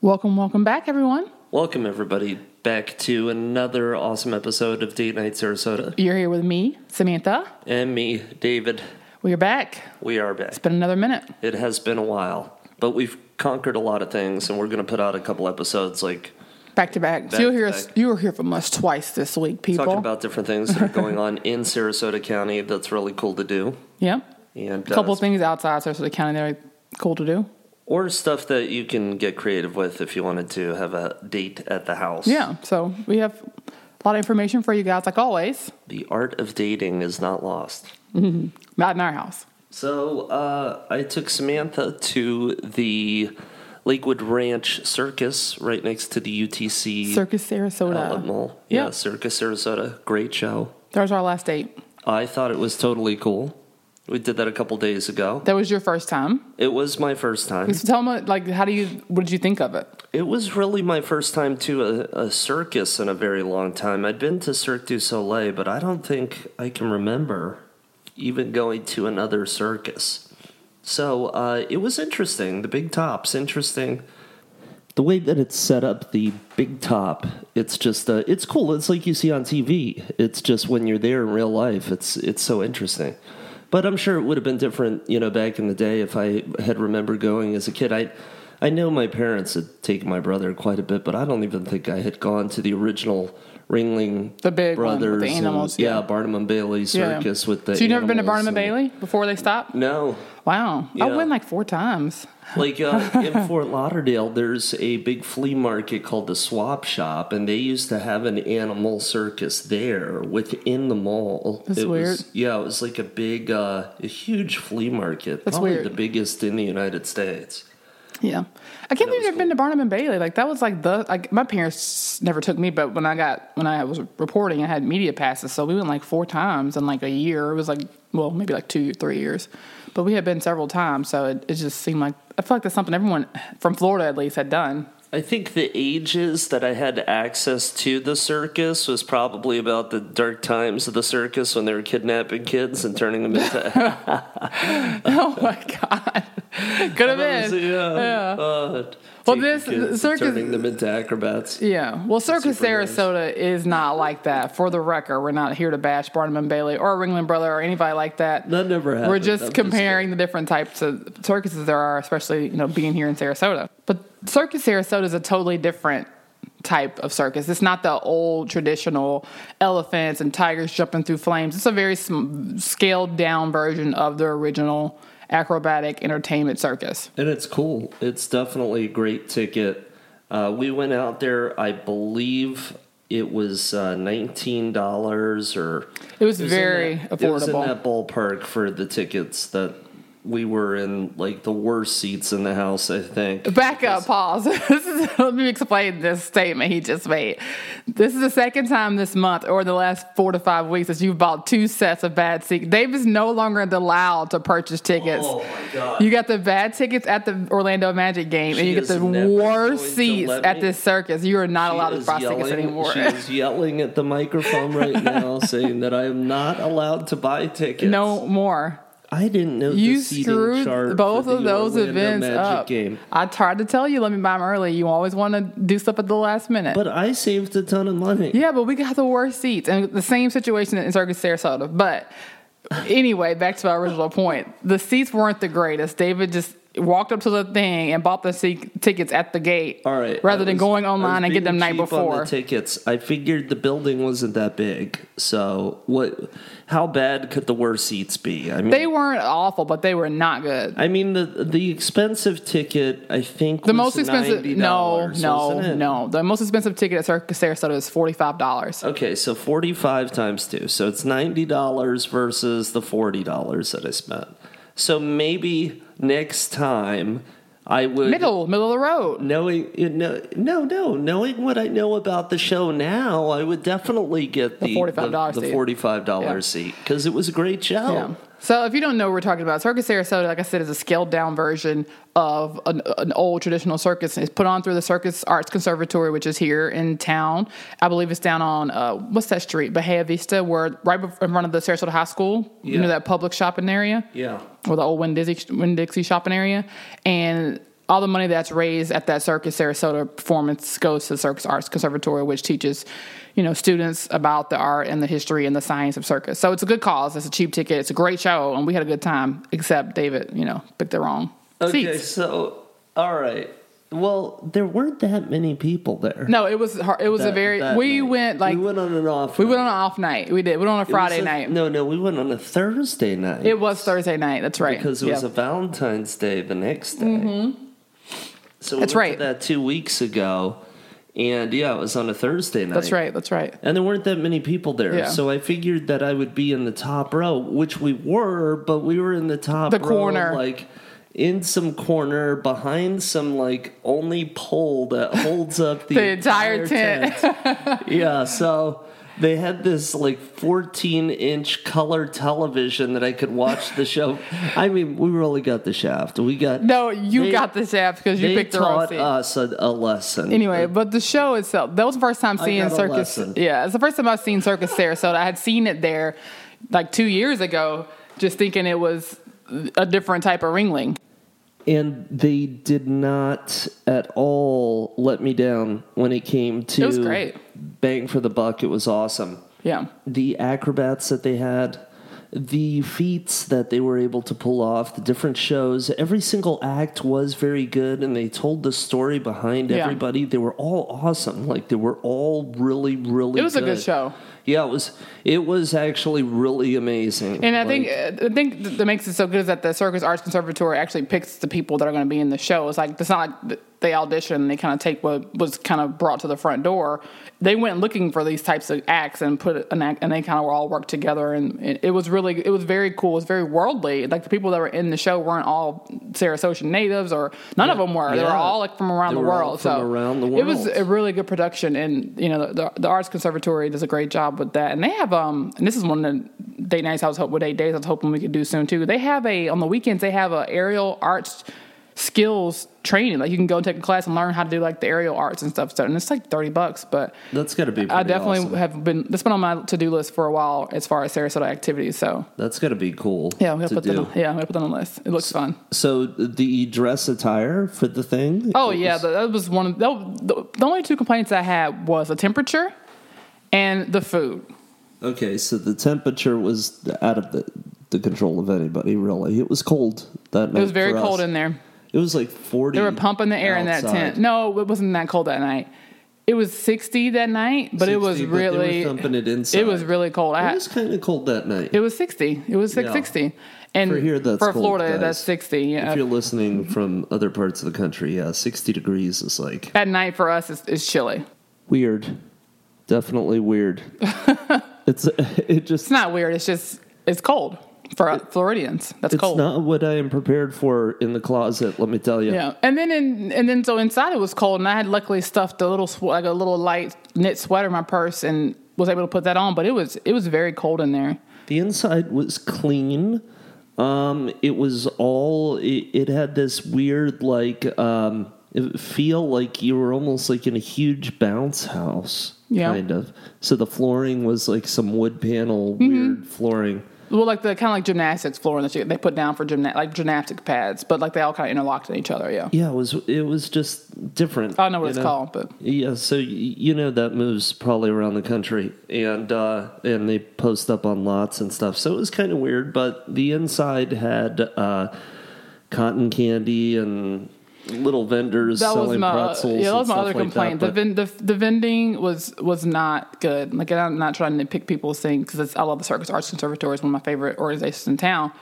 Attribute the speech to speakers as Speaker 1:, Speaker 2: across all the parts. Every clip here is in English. Speaker 1: Welcome, welcome back, everyone.
Speaker 2: Welcome, everybody, back to another awesome episode of Date Night Sarasota.
Speaker 1: You're here with me, Samantha.
Speaker 2: And me, David.
Speaker 1: We are back.
Speaker 2: We are back.
Speaker 1: It's been another minute.
Speaker 2: It has been a while, but we've conquered a lot of things, and we're going to put out a couple episodes like
Speaker 1: Back to back.
Speaker 2: Back
Speaker 1: so you'll
Speaker 2: to
Speaker 1: hear us
Speaker 2: back.
Speaker 1: you will hear from us twice this week, people.
Speaker 2: talking about different things that are going on in Sarasota County that's really cool to do.
Speaker 1: yeah.
Speaker 2: And
Speaker 1: A couple
Speaker 2: uh,
Speaker 1: of things outside Sarasota County that are cool to do.
Speaker 2: Or stuff that you can get creative with if you wanted to have a date at the house.
Speaker 1: Yeah. So we have a lot of information for you guys, like always.
Speaker 2: The art of dating is not lost.
Speaker 1: Not in our house.
Speaker 2: So uh, I took Samantha to the Lakewood Ranch Circus right next to the UTC
Speaker 1: Circus Sarasota.
Speaker 2: outlet uh, mall. Yeah,
Speaker 1: Yep.
Speaker 2: Circus Sarasota. Great show.
Speaker 1: That was our last date.
Speaker 2: I thought it was totally cool. We did that a couple days ago.
Speaker 1: That was your first time.
Speaker 2: It was my first time.
Speaker 1: So tell them, like, how do you, what did you think of it?
Speaker 2: It was really my first time to a, a circus in a very long time. I'd been to Cirque du Soleil, but I don't think I can remember even going to another circus. So uh, it was interesting. The big top's interesting. The way that it's set up, the big top, it's just uh, it's cool. It's like you see on TV. It's just when you're there in real life, it's it's so interesting. But I'm sure it would have been different, you know, back in the day if I had remembered going as a kid. I I know my parents had taken my brother quite a bit, but I don't even think I had gone to the original Ringling
Speaker 1: The big one with the
Speaker 2: Brothers, and-
Speaker 1: animals,
Speaker 2: yeah.
Speaker 1: yeah.
Speaker 2: Barnum and Bailey circus with the.
Speaker 1: So you've never been to Barnum
Speaker 2: animals
Speaker 1: and
Speaker 2: and-
Speaker 1: Bailey before they stopped?
Speaker 2: No,
Speaker 1: Wow. I
Speaker 2: Yeah.
Speaker 1: went like four times.
Speaker 2: like uh, in Fort Lauderdale, there's a big flea market called the Swap Shop, and they used to have an animal circus there within the mall.
Speaker 1: That's
Speaker 2: it
Speaker 1: weird.
Speaker 2: Was, yeah, it was like a big, uh, a huge flea market.
Speaker 1: That's
Speaker 2: probably
Speaker 1: weird.
Speaker 2: the biggest in the United States.
Speaker 1: Yeah. I can't believe
Speaker 2: was
Speaker 1: I've been to Barnum and Bailey. Like that was like the like my parents never took me, but when I got when I was reporting, I had media passes, so we went like four times in like a year. It was like well, maybe like two, three years, but we had been several times, so it, it just seemed like I feel like that's something everyone from Florida at least had done.
Speaker 2: I think the ages that I had access to the circus was probably about the dark times of the circus when they were kidnapping kids and turning them into
Speaker 1: oh my god, could have
Speaker 2: animals.
Speaker 1: been.
Speaker 2: yeah. Uh,
Speaker 1: Well,
Speaker 2: taking
Speaker 1: this
Speaker 2: kids and
Speaker 1: circus-
Speaker 2: turning them into acrobats.
Speaker 1: Yeah. Well, Circus
Speaker 2: Super nice.
Speaker 1: Sarasota is not like that. For the record, we're not here to bash Barnum and Bailey or Ringling Brother or anybody like that.
Speaker 2: That never happened.
Speaker 1: We're
Speaker 2: I'm
Speaker 1: just
Speaker 2: just
Speaker 1: comparing the different types of circuses there are, especially you know being here in Sarasota. But Circus Sarasota is a totally different type of circus. It's not the old traditional elephants and tigers jumping through flames. It's a very sm- scaled down version of the original acrobatic entertainment circus.
Speaker 2: And it's cool. It's definitely a great ticket. Uh, we went out there, I believe it was uh, $19 or.
Speaker 1: It was
Speaker 2: in
Speaker 1: very
Speaker 2: that- It was in
Speaker 1: affordable.
Speaker 2: that ballpark for the tickets that we were in, like the worst seats in the house, I think.
Speaker 1: Back up, pause. This is, let me explain this statement he just made. This is the second time this month or the last four to five weeks that you've bought two sets of bad tickets. Dave is no longer allowed to purchase tickets.
Speaker 2: Oh my God.
Speaker 1: You got the bad tickets at the Orlando Magic game, and
Speaker 2: She
Speaker 1: you get
Speaker 2: is
Speaker 1: the
Speaker 2: never going to
Speaker 1: worst seats
Speaker 2: let
Speaker 1: at
Speaker 2: me-
Speaker 1: this circus. You are not
Speaker 2: She
Speaker 1: allowed to
Speaker 2: is
Speaker 1: buy tickets
Speaker 2: yelling-
Speaker 1: anymore.
Speaker 2: She is yelling at the microphone right now, saying that I am not allowed to buy tickets.
Speaker 1: No more.
Speaker 2: I didn't know
Speaker 1: You
Speaker 2: the seating chart
Speaker 1: screwed both
Speaker 2: for
Speaker 1: of
Speaker 2: the
Speaker 1: those
Speaker 2: Orlando
Speaker 1: events
Speaker 2: Magic
Speaker 1: up.
Speaker 2: Game.
Speaker 1: I tried to tell you, let me buy them early. You always want to do stuff at the last minute.
Speaker 2: But I saved a ton of money.
Speaker 1: Yeah, but we got the worst seats and the same situation in Circus Sarasota. But anyway, back to my original point. The seats weren't the greatest. David just walked up to the thing and bought the seat tickets at the gate.
Speaker 2: All right.
Speaker 1: Rather
Speaker 2: I
Speaker 1: than
Speaker 2: was-
Speaker 1: going
Speaker 2: I was
Speaker 1: online and
Speaker 2: being
Speaker 1: getting them night
Speaker 2: cheap on
Speaker 1: before.
Speaker 2: the tickets. I figured the building wasn't that big, so what? How bad could the worst seats be? I mean,
Speaker 1: they weren't awful, but they were not good.
Speaker 2: I mean the the expensive ticket. I think
Speaker 1: The
Speaker 2: was
Speaker 1: most expensive no,
Speaker 2: $90,
Speaker 1: no,
Speaker 2: wasn't it?
Speaker 1: no. The most expensive ticket at Circus Sarasota is forty five dollars.
Speaker 2: Okay, so forty five times two, so it's ninety dollars versus the forty dollars that I spent. So maybe next time I would
Speaker 1: Middle, middle of the road.
Speaker 2: knowing you know, no no knowing what I know about the show now, I would definitely get the
Speaker 1: $45
Speaker 2: the,
Speaker 1: seat.
Speaker 2: forty five dollar
Speaker 1: Yeah.
Speaker 2: seat because it was a great show.
Speaker 1: Yeah. So if you don't know what we're talking about, Circus Sarasota, like I said, is a scaled down version of an, an old traditional circus. It's put on through the Circus Arts Conservatory, which is here in town. I believe it's down on uh, what's that street, Bahia Vista, where right bef- in front of the Sarasota High School. You
Speaker 2: Yeah.
Speaker 1: know that public shopping area
Speaker 2: Yeah.
Speaker 1: or the old Winn Dixie, Winn Dixie shopping area, and all the money that's raised at that Circus Sarasota performance goes to the Circus Arts Conservatory, which teaches, you know, students about the art and the history and the science of circus. So it's a good cause. It's a cheap ticket. It's a great show, and we had a good time. Except David, you know, picked the wrong
Speaker 2: Okay,
Speaker 1: seats.
Speaker 2: so all right. Well, there weren't that many people there.
Speaker 1: No, it was hard. It was a
Speaker 2: That-
Speaker 1: very.
Speaker 2: that
Speaker 1: We
Speaker 2: night.
Speaker 1: went like
Speaker 2: we went on an off.
Speaker 1: we went on an off night. We did. We went on a Friday night.
Speaker 2: No, no, we went on a Thursday night.
Speaker 1: It was Thursday night. That's right.
Speaker 2: because it was
Speaker 1: Yeah. Mm-hmm.
Speaker 2: a Valentine's Day the next day. So we
Speaker 1: That's
Speaker 2: went to
Speaker 1: right.
Speaker 2: that two weeks ago, and yeah, it was on a Thursday night.
Speaker 1: That's right. That's right.
Speaker 2: And there weren't that many people there,
Speaker 1: Yeah.
Speaker 2: so I figured that I would be in the top row, which we were, but we were in the top
Speaker 1: The
Speaker 2: row,
Speaker 1: corner.
Speaker 2: like in some corner behind some like only pole that holds up the,
Speaker 1: The entire
Speaker 2: tent. yeah, so they had this like 14 inch color television that I could watch the show. I mean, we really got the shaft. We got
Speaker 1: No, you
Speaker 2: They-
Speaker 1: got the shaft because you
Speaker 2: they
Speaker 1: picked the wrong
Speaker 2: taught
Speaker 1: seat.
Speaker 2: us a, a lesson.
Speaker 1: Anyway, but the show itself, that was the first time
Speaker 2: I
Speaker 1: seeing
Speaker 2: got a
Speaker 1: Circus.
Speaker 2: lesson.
Speaker 1: Yeah, it's the first time I've seen Circus Sarasota. I had seen it there like two years ago, just thinking it was a different type of ringling.
Speaker 2: and they did not at all let me down when it came to
Speaker 1: It was great.
Speaker 2: bang for the buck it was awesome
Speaker 1: Yeah.
Speaker 2: the acrobats that they had the feats that they were able to pull off the different shows every single act was very good and they told the story behind
Speaker 1: Yeah.
Speaker 2: everybody they were all awesome like they were all really really
Speaker 1: It was a good show.
Speaker 2: yeah it was it was actually really amazing
Speaker 1: And I
Speaker 2: Like,
Speaker 1: think I think th- that makes it so good is that the Circus Arts Conservatory actually picks the people that are going to be in the show. It's like it's not like th- they audition; they kind of take what was kind of brought to the front door. They went looking for these types of acts and put an act, and they kind of all worked together. And it, it was really it was very cool. It was very worldly. Like the people that were in the show weren't all Sarasota natives, or none of them were. They were
Speaker 2: Yeah.
Speaker 1: all like from around
Speaker 2: They
Speaker 1: the
Speaker 2: were all
Speaker 1: world.
Speaker 2: from
Speaker 1: so
Speaker 2: around the
Speaker 1: it was
Speaker 2: world.
Speaker 1: a really good production and you know the, the, the arts conservatory does a great job with that and they have um and this is one of the date nights i was hoping what eight days i was hoping we could do soon too they have a on the weekends they have a aerial arts skills training like you can go take a class and learn how to do like the aerial arts and stuff so and it's like 30 bucks but
Speaker 2: that's got to be
Speaker 1: i
Speaker 2: pretty
Speaker 1: definitely
Speaker 2: awesome.
Speaker 1: have been that's been on my to-do list for a while as far as sarasota activities so
Speaker 2: that's got to be cool
Speaker 1: yeah i'm gonna
Speaker 2: to
Speaker 1: put
Speaker 2: do.
Speaker 1: that on, yeah i'm gonna put that on the list it looks fun
Speaker 2: So the dress attire for the thing?
Speaker 1: Oh
Speaker 2: It
Speaker 1: yeah,
Speaker 2: was-
Speaker 1: that, that was one. Of, that, was- the, the only two complaints I had was the temperature and the food.
Speaker 2: okay, so the temperature was out of the, the control of anybody. Really, it was cold that night.
Speaker 1: It was very
Speaker 2: Oh, for us.
Speaker 1: cold in there.
Speaker 2: It was like forty.
Speaker 1: They were pumping the air in that
Speaker 2: outside.
Speaker 1: tent. No, it wasn't that cold that night. It was sixty that night, but it was
Speaker 2: 60, but they were
Speaker 1: really
Speaker 2: pumping it inside.
Speaker 1: it was really cold. I
Speaker 2: It
Speaker 1: had,
Speaker 2: was kind of cold that night.
Speaker 1: it was sixty. It was like
Speaker 2: Yeah.
Speaker 1: sixty. And
Speaker 2: For here, that's
Speaker 1: for
Speaker 2: cold,
Speaker 1: Florida,
Speaker 2: guys.
Speaker 1: that's sixty. Yeah.
Speaker 2: if you're listening from other parts of the country, yeah, sixty degrees is like
Speaker 1: At night for us, it's, it's chilly.
Speaker 2: weird. Definitely weird. it's it just
Speaker 1: It's not weird. It's just it's cold for Floridians. That's
Speaker 2: it's
Speaker 1: cold.
Speaker 2: not what I am prepared for in the closet. Let me tell you.
Speaker 1: Yeah, and then in, and then so inside it was cold, and I had luckily stuffed a little sw- like a little light knit sweater in my purse and was able to put that on. But it was it was very cold in there.
Speaker 2: The inside was clean. Um, it was all. It, it had this weird like um, it feel like you were almost like in a huge bounce house,
Speaker 1: Yeah.
Speaker 2: kind of. So the flooring was like some wood panel
Speaker 1: Mm-hmm.
Speaker 2: weird flooring.
Speaker 1: Well, like the kind of like gymnastics floor that you, they put down for gymna- like gymnastic pads, but like they all kind of interlocked in each other. Yeah,
Speaker 2: Yeah, it was. It was just different.
Speaker 1: I don't know what
Speaker 2: you
Speaker 1: it's called, but
Speaker 2: Yeah, so y- you know that moves probably around the country, and uh, and they post up on lots and stuff. So it was kind of weird, but the inside had uh, cotton candy and little vendors
Speaker 1: that was
Speaker 2: selling
Speaker 1: my
Speaker 2: pretzels.
Speaker 1: yeah that
Speaker 2: and
Speaker 1: was my
Speaker 2: stuff
Speaker 1: other
Speaker 2: like
Speaker 1: complaint.
Speaker 2: That,
Speaker 1: the,
Speaker 2: but-
Speaker 1: vend the the vending was was not good. Like and I'm not trying to pick people's thing because I love the Circus Arts Conservatory. It's one of my favorite organizations in town.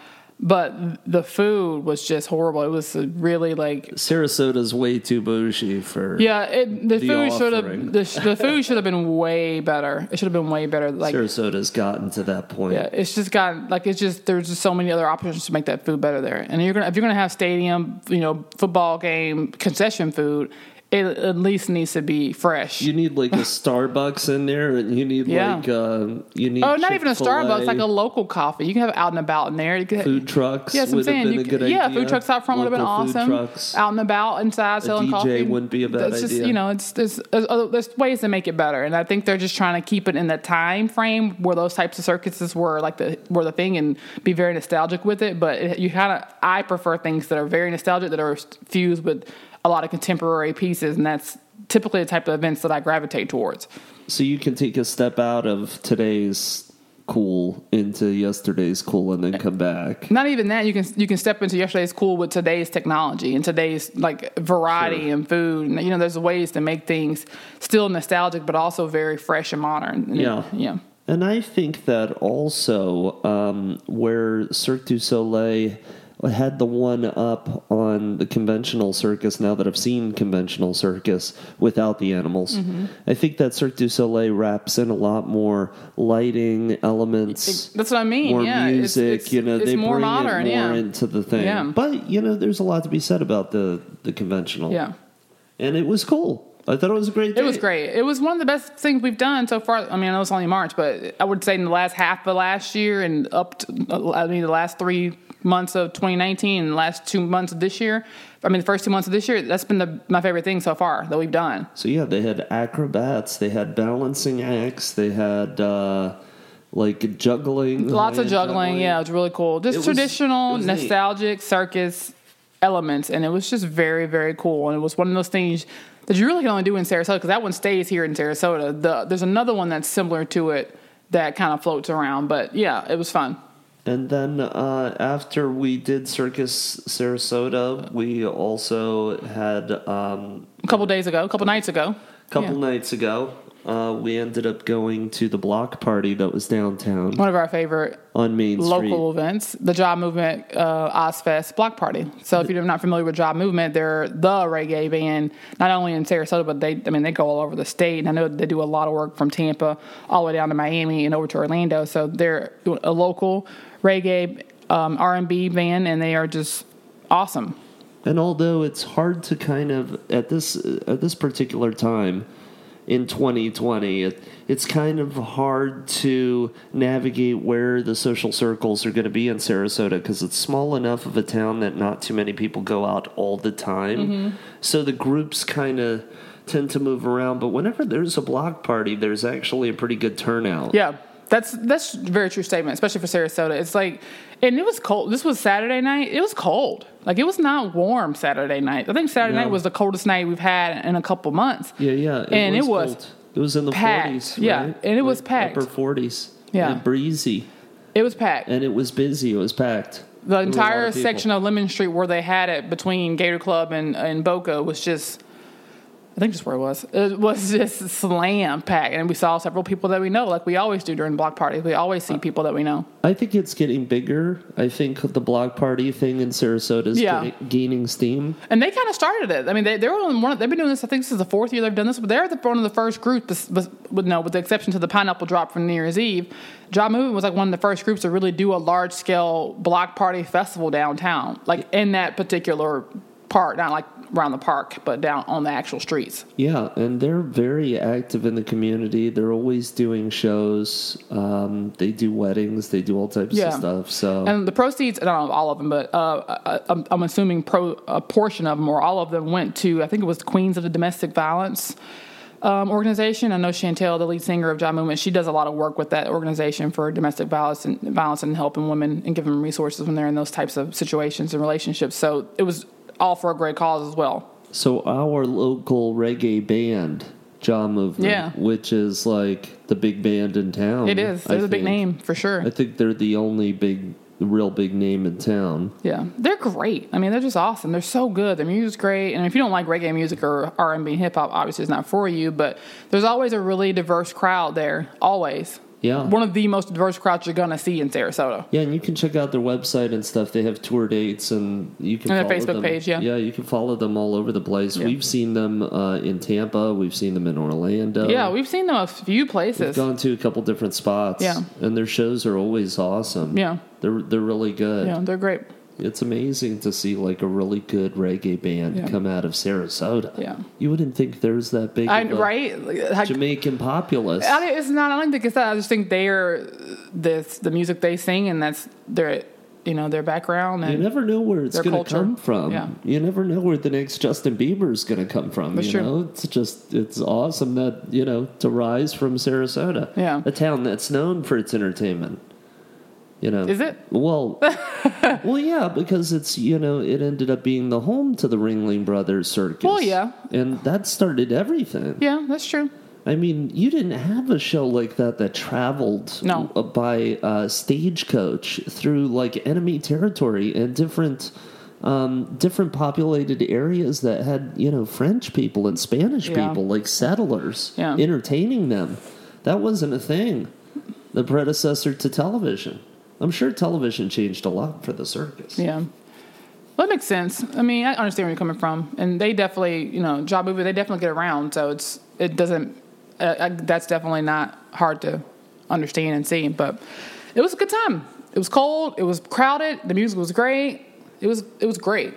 Speaker 1: But the food was just horrible. It was really like
Speaker 2: Sarasota's way too bougie for
Speaker 1: Yeah, it, the,
Speaker 2: the
Speaker 1: food should
Speaker 2: offering.
Speaker 1: have the, sh- the food should have been way better. It should have been way better. Like,
Speaker 2: Sarasota's gotten to that point.
Speaker 1: yeah, it's just got like it's just there's just so many other options to make that food better there. And you're gonna if you're gonna have stadium, you know, football game concession food, it at least needs to be fresh.
Speaker 2: You need like a Starbucks in there, and you need
Speaker 1: Yeah.
Speaker 2: like uh, you need
Speaker 1: oh, not even a
Speaker 2: Chick-fil-A,
Speaker 1: Starbucks, like a local coffee. You can have it out and about in there. You could-
Speaker 2: food trucks.
Speaker 1: Yes, I'm
Speaker 2: would
Speaker 1: saying.
Speaker 2: have been
Speaker 1: You
Speaker 2: a
Speaker 1: could,
Speaker 2: good
Speaker 1: yeah,
Speaker 2: idea.
Speaker 1: food truck stop front would have been
Speaker 2: Local food
Speaker 1: awesome.
Speaker 2: trucks.
Speaker 1: Out and about, inside, selling
Speaker 2: DJ
Speaker 1: coffee.
Speaker 2: wouldn't be a bad
Speaker 1: That's just
Speaker 2: idea.
Speaker 1: you know, it's there's there's, other- there's ways to make it better, and I think they're just trying to keep it in the time frame where those types of circuses were like the were the thing, and be very nostalgic with it. But it, you kind of I prefer things that are very nostalgic that are fused with a lot of contemporary pieces, and that's typically the type of events that I gravitate towards.
Speaker 2: So you can take a step out of today's cool into yesterday's cool, and then come back.
Speaker 1: not even that you can you can step into yesterday's cool with today's technology and today's like variety
Speaker 2: Sure.
Speaker 1: and food and you know there's ways to make things still nostalgic but also very fresh and modern
Speaker 2: Yeah.
Speaker 1: yeah
Speaker 2: And I think that also um, where Cirque du Soleil had the one up on the conventional circus, now that I've seen conventional circus without the animals, I think that Cirque du Soleil wraps in a lot more lighting elements.
Speaker 1: that's what i mean
Speaker 2: more
Speaker 1: yeah it's-
Speaker 2: music,
Speaker 1: it's,
Speaker 2: you know,
Speaker 1: it's
Speaker 2: they
Speaker 1: more
Speaker 2: bring
Speaker 1: modern
Speaker 2: it more
Speaker 1: yeah
Speaker 2: into the thing.
Speaker 1: Yeah.
Speaker 2: But, you know, there's a lot to be said about the, the conventional.
Speaker 1: yeah
Speaker 2: And it was cool. I thought it was a great day.
Speaker 1: It was great. It was one of the best things we've done so far. I mean, I know it's only March, but I would say in the last half of last year and up to, I mean, the last three months of 2019 and the last two months of this year, I mean, the first two months of this year, that's been the, my favorite thing so far that we've done.
Speaker 2: So yeah, they had acrobats, they had balancing acts, they had uh, like juggling,
Speaker 1: Lots of
Speaker 2: high-end
Speaker 1: juggling. Yeah, it was really cool. Just
Speaker 2: It was-
Speaker 1: traditional,
Speaker 2: it was neat.
Speaker 1: nostalgic circus elements. And it was just very, very cool. And it was one of those things that you really can only do in Sarasota because that one stays here in Sarasota. The, there's another one that's similar to it that kind of floats around. But yeah, it was fun.
Speaker 2: And then uh, after we did Circus Sarasota, we also had um,
Speaker 1: A couple days ago, a couple nights ago.
Speaker 2: a couple
Speaker 1: Yeah.
Speaker 2: nights ago. Uh, we ended up going to the block party that was downtown
Speaker 1: One of our favorite
Speaker 2: on Main Street.
Speaker 1: local events, the Job Movement uh, Ozfest Block Party. So if you're not familiar with Job Movement, they're the reggae band not only in Sarasota, but they I mean they go all over the state. And I know they do a lot of work from Tampa all the way down to Miami and over to Orlando. So they're a local reggae um, R&B band, and they are just awesome.
Speaker 2: And although it's hard to kind of at this at this particular time in 2020, it, it's kind of hard to navigate where the social circles are going to be in Sarasota because it's small enough of a town that not too many people go out all the time.
Speaker 1: Mm-hmm.
Speaker 2: So the groups kind of tend to move around. But whenever there's a block party, there's actually a pretty good turnout.
Speaker 1: Yeah, that's that's a very true statement, especially for Sarasota. It's like, and it was cold. This was Saturday night. It was cold. Like it was not warm Saturday night. I think Saturday
Speaker 2: No.
Speaker 1: night was the coldest night we've had in a couple months.
Speaker 2: Yeah, yeah.
Speaker 1: And it was
Speaker 2: cold. it was in the
Speaker 1: packed.
Speaker 2: 40s.
Speaker 1: Yeah,
Speaker 2: right?
Speaker 1: and it was
Speaker 2: Like,
Speaker 1: packed.
Speaker 2: Upper 40s.
Speaker 1: Yeah.
Speaker 2: And breezy.
Speaker 1: It was packed.
Speaker 2: and it was busy. It was packed.
Speaker 1: the entire section of Lemon Street where they had it between Gator Club and, and Boca was just, I think just where it was. It was just slam packed. And we saw several people that we know, like we always do during block parties. We always
Speaker 2: Uh,
Speaker 1: see people that we know.
Speaker 2: I think it's getting bigger. I think the block party thing in Sarasota is
Speaker 1: Yeah.
Speaker 2: ga- gaining steam.
Speaker 1: And they kind of started it. I mean, they, they were on one. Of, they've been doing this. I think this is the fourth year they've done this, but they're the, one of the first groups. But, but no, with the exception to the pineapple drop from New Year's Eve, Job Movement was like one of the first groups to really do a large scale block party festival downtown, like in that particular part, not like around the park, but down on the actual streets.
Speaker 2: Yeah, and they're very active in the community. They're always doing shows. Um, they do weddings. They do all types
Speaker 1: Yeah.
Speaker 2: of stuff. So
Speaker 1: And the proceeds, I don't know all of them, but uh, I- I'm, I'm assuming pro, a portion of them or all of them went to, I think it was the Queens of the Domestic Violence um, organization. I know Chantel, the lead singer of Job Movement, she does a lot of work with that organization for domestic violence and violence and helping women and giving them resources when they're in those types of situations and relationships. So it was all for a great cause as well.
Speaker 2: So our local reggae band, Jaw Movement,
Speaker 1: Yeah.
Speaker 2: which is like the big band in town.
Speaker 1: It is.
Speaker 2: Mm-hmm. I
Speaker 1: It's a big
Speaker 2: think.
Speaker 1: name for sure.
Speaker 2: I think they're the only big, real big name in town.
Speaker 1: Yeah, they're great. I mean, they're just awesome. They're so good. Their music's great. And if you don't like reggae music or R and B hip hop, obviously it's not for you. But there's always a really diverse crowd there. Always.
Speaker 2: Yeah.
Speaker 1: One of the most diverse crowds you're gonna see in Sarasota.
Speaker 2: Yeah, and you can check out their website and stuff. They have tour dates, and you can
Speaker 1: And their
Speaker 2: follow
Speaker 1: Facebook
Speaker 2: them.
Speaker 1: page, yeah.
Speaker 2: yeah, you can follow them all over the place.
Speaker 1: Yeah.
Speaker 2: We've seen them uh, in Tampa. We've seen them in Orlando.
Speaker 1: yeah, we've seen them a few
Speaker 2: we've
Speaker 1: places.
Speaker 2: gone to a couple different spots.
Speaker 1: Yeah.
Speaker 2: and their shows are always awesome.
Speaker 1: Yeah.
Speaker 2: they're they're really good.
Speaker 1: yeah, they're great.
Speaker 2: It's amazing to see like a really good reggae band
Speaker 1: Yeah.
Speaker 2: come out of Sarasota.
Speaker 1: Yeah.
Speaker 2: You wouldn't think there's that big
Speaker 1: I,
Speaker 2: of a
Speaker 1: right? Like, I-
Speaker 2: Jamaican populace.
Speaker 1: I mean, it's not. I don't think it's that. I just think they're this the music they sing, and that's their you know their background.
Speaker 2: you
Speaker 1: And
Speaker 2: never know where it's
Speaker 1: Their
Speaker 2: going to
Speaker 1: culture.
Speaker 2: come from.
Speaker 1: Yeah.
Speaker 2: You never know where the next Justin Bieber is going to come from.
Speaker 1: That's
Speaker 2: you
Speaker 1: true.
Speaker 2: know, it's just it's awesome that you know to rise from Sarasota,
Speaker 1: Yeah.
Speaker 2: a town that's known for its entertainment. You know,
Speaker 1: Is it?
Speaker 2: Well, well, yeah, because it's you know it ended up being the home to the Ringling Brothers Circus.
Speaker 1: Well, yeah.
Speaker 2: and that started everything.
Speaker 1: yeah, that's true.
Speaker 2: I mean, you didn't have a show like that that traveled
Speaker 1: No.
Speaker 2: uh, by uh, stagecoach through like enemy territory and different um, different populated areas that had you know French people and Spanish
Speaker 1: Yeah.
Speaker 2: people like settlers
Speaker 1: Yeah.
Speaker 2: entertaining them. That wasn't a thing. The predecessor to television. I'm sure television changed a lot for the circus.
Speaker 1: Yeah. Well, that makes sense. I mean, I understand where you're coming from, and they definitely, you know, job movie, they definitely get around. So it's it doesn't. Uh, I, that's definitely not hard to understand and see. But it was a good time. It was cold. It was crowded. The music was great. It was it was great.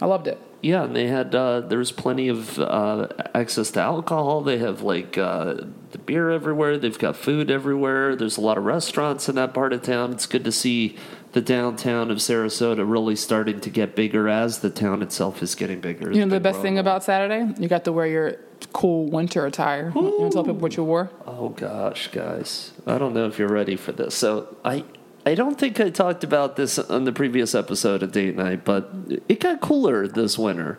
Speaker 1: I loved it.
Speaker 2: Yeah, and they had uh, there was plenty of uh, access to alcohol. They have like uh, the beer everywhere. They've got food everywhere. There's a lot of restaurants in that part of town. It's good to see the downtown of Sarasota really starting to get bigger as the town itself is getting bigger.
Speaker 1: You know the best thing about Saturday? You got to wear your cool winter attire. You want to tell people what you wore?
Speaker 2: Oh gosh, guys, I don't know if you're ready for this. So I. I don't think I talked about this on the previous episode of Date Night, but it got cooler this winter.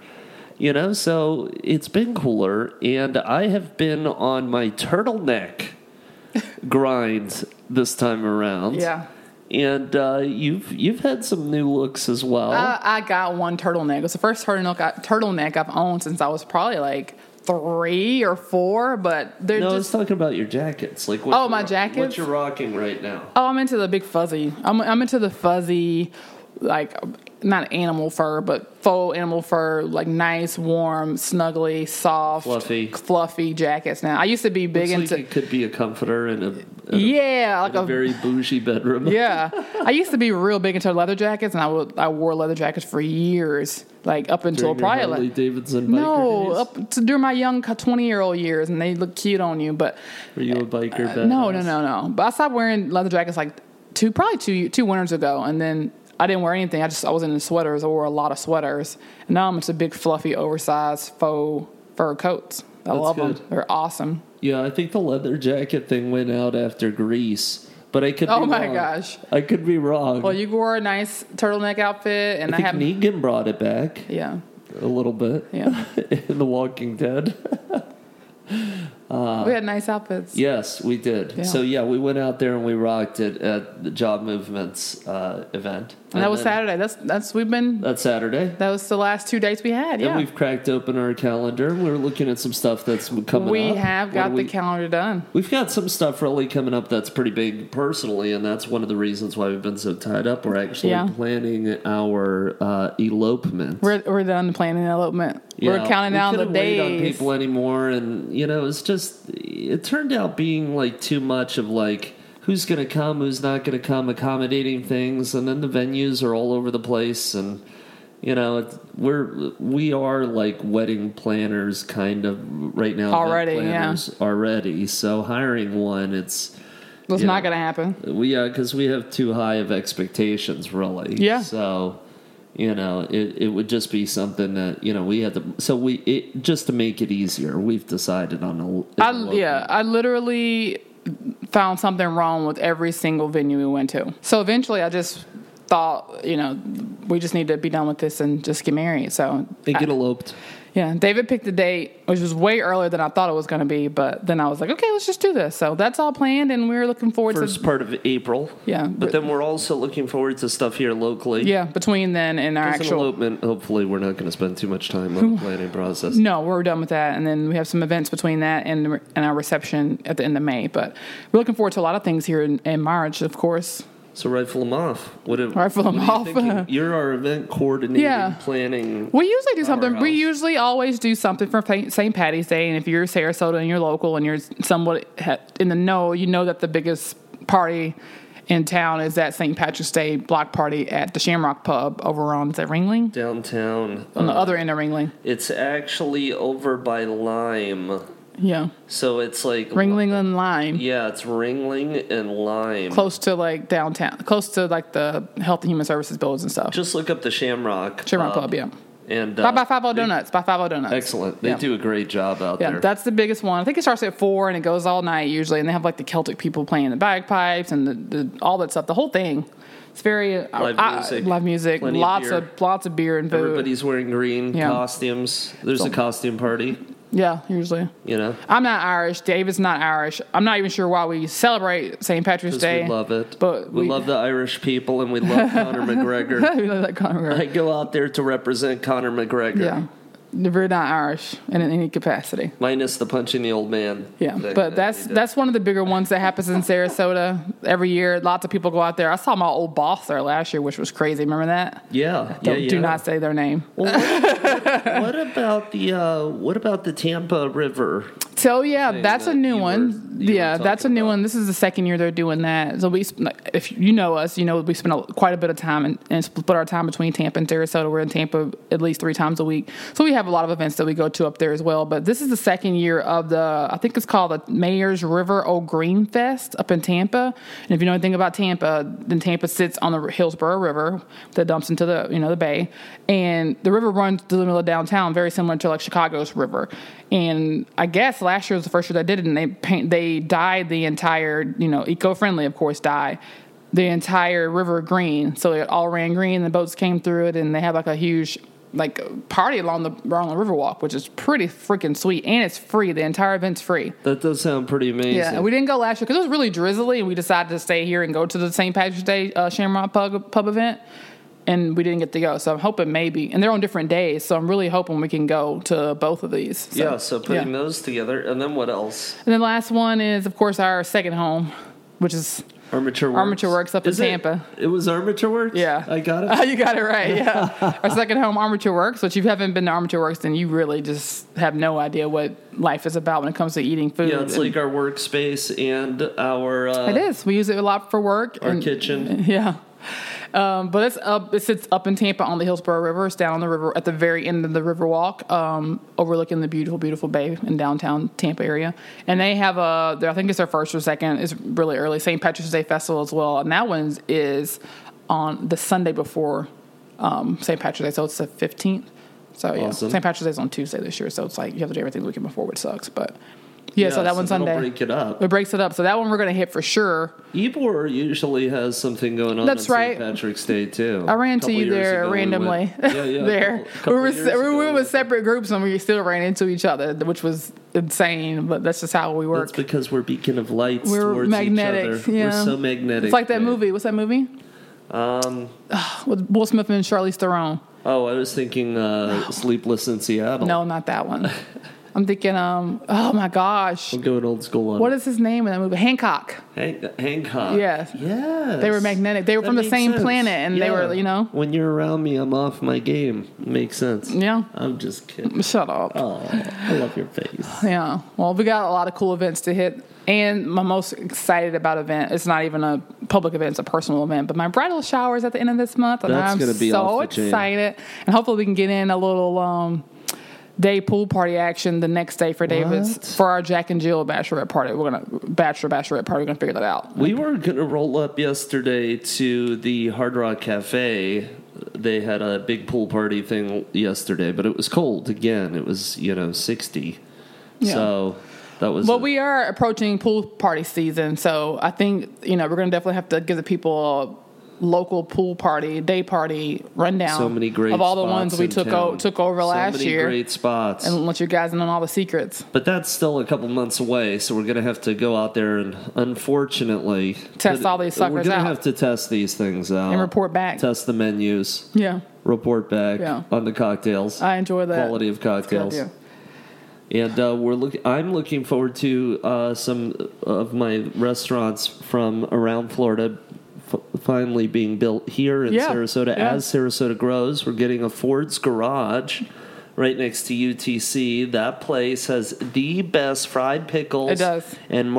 Speaker 2: You know, so it's been cooler, and I have been on my turtleneck grind this time around.
Speaker 1: Yeah.
Speaker 2: and uh, you've you've had some new looks as well.
Speaker 1: I, I got one turtleneck. It was the first turtleneck, I, turtleneck I've owned since I was probably like three or four, but they're
Speaker 2: no, I was
Speaker 1: just.
Speaker 2: talking about your jackets. Like, what
Speaker 1: Oh,
Speaker 2: you're-
Speaker 1: my jackets?
Speaker 2: What you're rocking right now?
Speaker 1: Oh, I'm into the big fuzzy. I'm, I'm into the fuzzy, like, not animal fur, but faux animal fur, like nice, warm, snuggly, soft,
Speaker 2: Fluffy.
Speaker 1: fluffy jackets. Now, I used to be big
Speaker 2: Looks
Speaker 1: into.
Speaker 2: like it could be a comforter and a, and a
Speaker 1: yeah, like
Speaker 2: a very bougie bedroom.
Speaker 1: yeah. I used to be real big into leather jackets, and I would I wore leather jackets for years, like up until
Speaker 2: During your
Speaker 1: probably
Speaker 2: Harley
Speaker 1: like
Speaker 2: Davidson biker
Speaker 1: no,
Speaker 2: days?
Speaker 1: up to during my young twenty year old years, and they look cute on you, but
Speaker 2: Were you a biker? badass?
Speaker 1: uh, no, no, no, no. But I stopped wearing leather jackets like two, probably two, two winters ago, and then I didn't wear anything. I just I was into sweaters. I wore a lot of sweaters, and now I'm into big, fluffy, oversized faux fur coats. I
Speaker 2: That's
Speaker 1: love
Speaker 2: good.
Speaker 1: them. They're awesome.
Speaker 2: Yeah, I think the leather jacket thing went out after Greece, but I could.
Speaker 1: Oh
Speaker 2: be
Speaker 1: my
Speaker 2: wrong.
Speaker 1: gosh.
Speaker 2: I could be wrong.
Speaker 1: Well, you wore a nice turtleneck outfit, and
Speaker 2: I
Speaker 1: I,
Speaker 2: think
Speaker 1: have
Speaker 2: Negan brought it back
Speaker 1: yeah,
Speaker 2: a little bit
Speaker 1: yeah.
Speaker 2: in The Walking Dead. uh,
Speaker 1: we had nice outfits.
Speaker 2: yes, we did.
Speaker 1: Yeah.
Speaker 2: So yeah, we went out there and we rocked it at the Job Movements uh, event,
Speaker 1: And that was
Speaker 2: then-
Speaker 1: Saturday. That's that's we've been.
Speaker 2: That's Saturday.
Speaker 1: That was the last two dates we had.
Speaker 2: And
Speaker 1: Yeah,
Speaker 2: we've cracked open our calendar. We're looking at some stuff that's coming
Speaker 1: we
Speaker 2: up.
Speaker 1: have
Speaker 2: What
Speaker 1: got
Speaker 2: do
Speaker 1: the
Speaker 2: we-
Speaker 1: calendar done.
Speaker 2: We've got some stuff really coming up that's pretty big personally, and that's one of the reasons why we've been so tied up. We're actually
Speaker 1: Yeah.
Speaker 2: planning our uh, elopement.
Speaker 1: We're we're done planning elopement.
Speaker 2: You
Speaker 1: we're
Speaker 2: know,
Speaker 1: counting
Speaker 2: we
Speaker 1: down the
Speaker 2: couldn't wait
Speaker 1: days.
Speaker 2: on people anymore, and you know, it's just it turned out being like too much of like who's going to come, who's not going to come, accommodating things, and then the venues are all over the place, and you know, it's, we're we are like wedding planners kind of right now. event
Speaker 1: Already, yeah.
Speaker 2: planners already. So hiring one, it's.
Speaker 1: That's
Speaker 2: Yeah.
Speaker 1: not going to happen.
Speaker 2: We yeah, because we have too high of expectations, really.
Speaker 1: Yeah.
Speaker 2: So, you know, it it would just be something that you know we had to. So we it just to make it easier, we've decided on a. an
Speaker 1: I
Speaker 2: elopement.
Speaker 1: Um, yeah, I literally found something wrong with every single venue we went to. So eventually, I just thought, you know, we just need to be done with this and just get married. So
Speaker 2: They get eloped.
Speaker 1: yeah, David picked a date, which was way earlier than I thought it was going to be. But then I was like, okay, let's just do this. So that's all planned, and we're looking forward
Speaker 2: First
Speaker 1: to
Speaker 2: part of April.
Speaker 1: Yeah,
Speaker 2: But then we're also looking forward to stuff here locally.
Speaker 1: yeah between then and our
Speaker 2: There's an
Speaker 1: actual.
Speaker 2: elopement. Hopefully, we're not going to spend too much time on the planning process.
Speaker 1: No, we're done with that, and then we have some events between that and and our reception at the end of May. But we're looking forward to a lot of things here in, in March, of course.
Speaker 2: So rifle them off. What if,
Speaker 1: Rifle
Speaker 2: what
Speaker 1: 'em
Speaker 2: are you
Speaker 1: off.
Speaker 2: thinking? You're our event coordinating,
Speaker 1: Yeah.
Speaker 2: planning.
Speaker 1: We usually do something.
Speaker 2: Powerhouse.
Speaker 1: We usually always do something for Pa- St. Patty's Day. And if you're Sarasota and you're local and you're somewhat ha- in the know, you know that the biggest party in town is that St. Patrick's Day block party at the Shamrock Pub over on is that Ringling?
Speaker 2: downtown.
Speaker 1: On the
Speaker 2: Uh,
Speaker 1: other end of Ringling.
Speaker 2: it's actually over by Lime,
Speaker 1: Yeah.
Speaker 2: so it's like
Speaker 1: Ringling and Lime.
Speaker 2: Yeah, it's Ringling and Lime.
Speaker 1: Close to like downtown close to like the Health and Human Services buildings and stuff.
Speaker 2: Just look up the Shamrock.
Speaker 1: Shamrock Pub, yeah.
Speaker 2: And uh,
Speaker 1: Bye by five oh
Speaker 2: they-
Speaker 1: donuts. By five oh donuts.
Speaker 2: Excellent. They
Speaker 1: Yeah.
Speaker 2: do a great job out
Speaker 1: Yeah,
Speaker 2: there.
Speaker 1: that's the biggest one. I think it starts at four and it goes all night usually, and they have like the Celtic people playing the bagpipes and the, the all that stuff. The whole thing. It's very uh,
Speaker 2: Live
Speaker 1: I-
Speaker 2: music.
Speaker 1: live music,
Speaker 2: Plenty of
Speaker 1: lots
Speaker 2: beer.
Speaker 1: of, lots of beer and food.
Speaker 2: Everybody's wearing green
Speaker 1: Yeah.
Speaker 2: costumes. There's a costume party,
Speaker 1: yeah, usually.
Speaker 2: you know.
Speaker 1: I'm not Irish. David's not Irish. I'm not even sure why we celebrate St. Patrick's
Speaker 2: 'cause
Speaker 1: Day.
Speaker 2: we love it.
Speaker 1: but
Speaker 2: we,
Speaker 1: we-
Speaker 2: love the Irish people and we love Conor McGregor.
Speaker 1: We love that kind of
Speaker 2: I go out there to represent Conor McGregor.
Speaker 1: yeah, we're not Irish in any capacity.
Speaker 2: Minus the punching the old man.
Speaker 1: Yeah,
Speaker 2: That- that
Speaker 1: but that's
Speaker 2: he did.
Speaker 1: that's one of the bigger ones that happens in Sarasota every year. Lots of people go out there. I saw my old boss there last year, which was crazy. Remember that?
Speaker 2: yeah.
Speaker 1: Don't,
Speaker 2: yeah, yeah.
Speaker 1: Do not say their name.
Speaker 2: What about the uh, what about the Tampa River?
Speaker 1: So yeah, that's a
Speaker 2: that
Speaker 1: new
Speaker 2: you
Speaker 1: one.
Speaker 2: were- you were
Speaker 1: yeah, that's a
Speaker 2: talking
Speaker 1: new
Speaker 2: about.
Speaker 1: one. This is the second year they're doing that. So we, sp- if you know us, you know we spend a, quite a bit of time and, and split our time between Tampa and Sarasota. We're in Tampa at least three times a week, so we have a lot of events that we go to up there as well. But this is the second year of the, I think it's called the Mayor's River Old Green Fest up in Tampa. And if you know anything about Tampa, then Tampa sits on the Hillsborough River that dumps into the you know the bay, and the river runs through the middle of downtown, very similar to like Chicago's river. And I guess last year was the first year they did it, and they paint they dyed the entire you know eco friendly, of course, dye the entire river green, so it all ran green. The boats came through it, and they had like a huge like party along the along the Riverwalk, which is pretty freaking sweet, and it's free. The entire event's free.
Speaker 2: That does sound pretty amazing.
Speaker 1: Yeah, we didn't go last year because it was really drizzly, and we decided to stay here and go to the St. Patrick's Day uh, Shamrock pub, pub event, and we didn't get to go. So I'm hoping maybe, and they're on different days, so I'm really hoping we can go to both of these. So,
Speaker 2: yeah, so putting
Speaker 1: yeah.
Speaker 2: those together, and then what else?
Speaker 1: And the last one is, of course, our second home, which is
Speaker 2: Armature Works.
Speaker 1: Armature Works up in
Speaker 2: it-
Speaker 1: Tampa.
Speaker 2: It, was Armature Works?
Speaker 1: yeah,
Speaker 2: I got it.
Speaker 1: Oh, you got it right. Yeah, our second home, Armature Works. Which if you haven't been to Armature Works, then you really just have no idea what life is about when it comes to eating food.
Speaker 2: yeah, it's
Speaker 1: And
Speaker 2: like our workspace and our uh,
Speaker 1: it is. We use it a lot for work.
Speaker 2: our
Speaker 1: and-
Speaker 2: kitchen.
Speaker 1: Yeah. Um, but it's up. It sits up in Tampa on the Hillsborough River. It's down on the river at the very end of the river walk, um, overlooking the beautiful, beautiful bay in downtown Tampa area. And they have a, I think it's their first or second. It's really early St. Patrick's Day festival as well, and that one is on the Sunday before um, St. Patrick's Day, so it's the fifteenth. So yeah,
Speaker 2: Awesome.
Speaker 1: St. Patrick's Day is on Tuesday this year, so it's like you have to do everything the weekend before, which sucks. But yeah, so that one's
Speaker 2: that'll
Speaker 1: Sunday.
Speaker 2: Break it up.
Speaker 1: It breaks it up. So that one we're gonna hit for sure.
Speaker 2: Ybor usually has something going on.
Speaker 1: That's
Speaker 2: on
Speaker 1: right.
Speaker 2: St. Patrick's Day too.
Speaker 1: I ran to you there randomly.
Speaker 2: yeah, yeah. a
Speaker 1: there,
Speaker 2: couple- couple
Speaker 1: we were
Speaker 2: years
Speaker 1: we
Speaker 2: ago,
Speaker 1: were
Speaker 2: we
Speaker 1: with separate groups and we still ran into each other, which was insane. But that's just how we
Speaker 2: That's
Speaker 1: work.
Speaker 2: because we're beacon of lights.
Speaker 1: We're
Speaker 2: towards
Speaker 1: magnetic,
Speaker 2: Each other.
Speaker 1: yeah.
Speaker 2: We're so magnetic.
Speaker 1: It's like that
Speaker 2: babe.
Speaker 1: movie. What's that movie?
Speaker 2: Um,
Speaker 1: With Will Smith and Charlize Theron.
Speaker 2: oh, I was thinking uh, Sleepless in Seattle.
Speaker 1: No, not that one. I'm thinking, um, oh my gosh,
Speaker 2: I'm going old school on
Speaker 1: what is his name in that movie? Hancock.
Speaker 2: Hank, Hancock.
Speaker 1: Yes.
Speaker 2: Yes.
Speaker 1: They were magnetic. They were
Speaker 2: That
Speaker 1: from the
Speaker 2: makes
Speaker 1: same
Speaker 2: sense.
Speaker 1: planet, and they
Speaker 2: Yeah.
Speaker 1: were, you know,
Speaker 2: When you're around me, I'm off my game. Makes sense.
Speaker 1: yeah.
Speaker 2: I'm just kidding.
Speaker 1: Shut up.
Speaker 2: Oh, I love your face.
Speaker 1: Yeah. Well, we got a lot of cool events to hit. And my most excited about event, it's not even a public event, it's a personal event, but my bridal shower is at the end of this month. And
Speaker 2: That's
Speaker 1: I'm
Speaker 2: gonna be
Speaker 1: so
Speaker 2: off the chain.
Speaker 1: excited. And hopefully we can get in a little um, day pool party action the next day for David's
Speaker 2: What?
Speaker 1: for our Jack and Jill bachelorette party. We're gonna bachelor bachelorette party, we're gonna figure that out.
Speaker 2: We were going to roll up yesterday to the Hard Rock Cafe. They had a big pool party thing yesterday, but it was cold again. It was, you know, 60.
Speaker 1: Yeah.
Speaker 2: So that was.
Speaker 1: Well, we are approaching pool party season, so I think you know we're gonna definitely have to give the people a local pool party, day party rundown.
Speaker 2: so many great
Speaker 1: of all the
Speaker 2: spots
Speaker 1: ones we
Speaker 2: in
Speaker 1: took
Speaker 2: town.
Speaker 1: o- took over
Speaker 2: so
Speaker 1: last
Speaker 2: many
Speaker 1: year,
Speaker 2: Great spots.
Speaker 1: and let you guys in on all the secrets.
Speaker 2: But that's still a couple months away, so we're gonna have to go out there and unfortunately
Speaker 1: Test all these
Speaker 2: We're
Speaker 1: suckers
Speaker 2: gonna
Speaker 1: out.
Speaker 2: have to test these things out
Speaker 1: And report back.
Speaker 2: Test the menus,
Speaker 1: Yeah,
Speaker 2: report back
Speaker 1: Yeah.
Speaker 2: on the cocktails,
Speaker 1: I enjoy that.
Speaker 2: quality of
Speaker 1: Good
Speaker 2: cocktails,
Speaker 1: idea.
Speaker 2: and uh, we're look. I'm looking forward to uh, some of my restaurants from around Florida. F- finally being built here in
Speaker 1: Yeah,
Speaker 2: Sarasota
Speaker 1: yeah.
Speaker 2: as Sarasota grows. We're getting a Ford's Garage right next to UTC. That place has the best fried pickles
Speaker 1: It does.
Speaker 2: and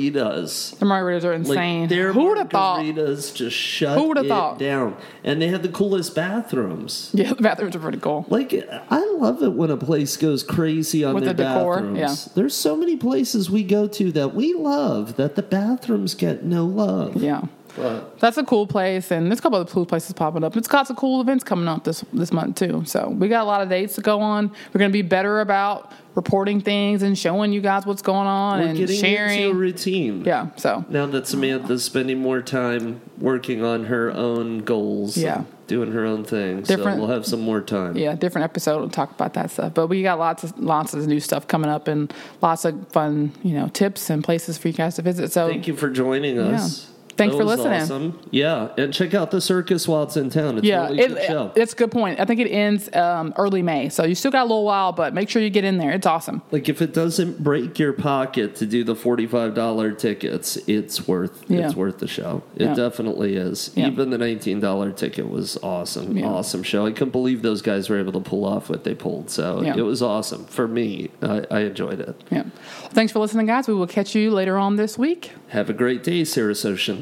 Speaker 2: margaritas.
Speaker 1: The margaritas are
Speaker 2: Like
Speaker 1: insane.
Speaker 2: their
Speaker 1: Who would have thought?
Speaker 2: margaritas just shut
Speaker 1: Who would've
Speaker 2: it
Speaker 1: thought?
Speaker 2: down. And they have the coolest bathrooms.
Speaker 1: Yeah, the bathrooms are pretty cool.
Speaker 2: Like I love it when a place goes crazy on
Speaker 1: With
Speaker 2: their
Speaker 1: the decor,
Speaker 2: bathrooms.
Speaker 1: yeah.
Speaker 2: There's so many places we go to that we love that the bathrooms get no love.
Speaker 1: Yeah.
Speaker 2: But
Speaker 1: That's a cool place, and there's a couple other cool places popping up. It's got some cool events coming up this this month too. So we got a lot of dates to go on. We're gonna be better about reporting things and showing you guys what's going on
Speaker 2: we're
Speaker 1: and
Speaker 2: getting into a
Speaker 1: sharing.
Speaker 2: routine.
Speaker 1: yeah. So
Speaker 2: Now that Samantha's spending more time working on her own goals, and
Speaker 1: Yeah.
Speaker 2: doing her own thing,
Speaker 1: Different-
Speaker 2: so we'll have some more time.
Speaker 1: yeah, different episode. We'll talk about that stuff. But we got lots of lots of new stuff coming up and lots of fun, you know, tips and places for you guys to visit. So
Speaker 2: Thank you for joining us.
Speaker 1: Thanks
Speaker 2: That
Speaker 1: for
Speaker 2: was
Speaker 1: listening.
Speaker 2: Awesome. Yeah, and check out the circus while it's in town. It's
Speaker 1: yeah,
Speaker 2: a really
Speaker 1: it,
Speaker 2: good show.
Speaker 1: it's a good point. I think it ends um, early May, so you still got a little while, but make sure you get in there. It's awesome.
Speaker 2: like if it doesn't break your pocket to do the forty-five dollar tickets, it's worth
Speaker 1: Yeah.
Speaker 2: it's worth the show. It
Speaker 1: Yeah.
Speaker 2: definitely is.
Speaker 1: Yeah.
Speaker 2: Even the nineteen dollar ticket was awesome,
Speaker 1: Yeah.
Speaker 2: awesome show. I couldn't believe those guys were able to pull off what they pulled. So
Speaker 1: Yeah.
Speaker 2: it was awesome for me. I, I enjoyed it.
Speaker 1: Yeah. Thanks for listening, guys. We will catch you later on this week.
Speaker 2: Have a great day, Sarasocians.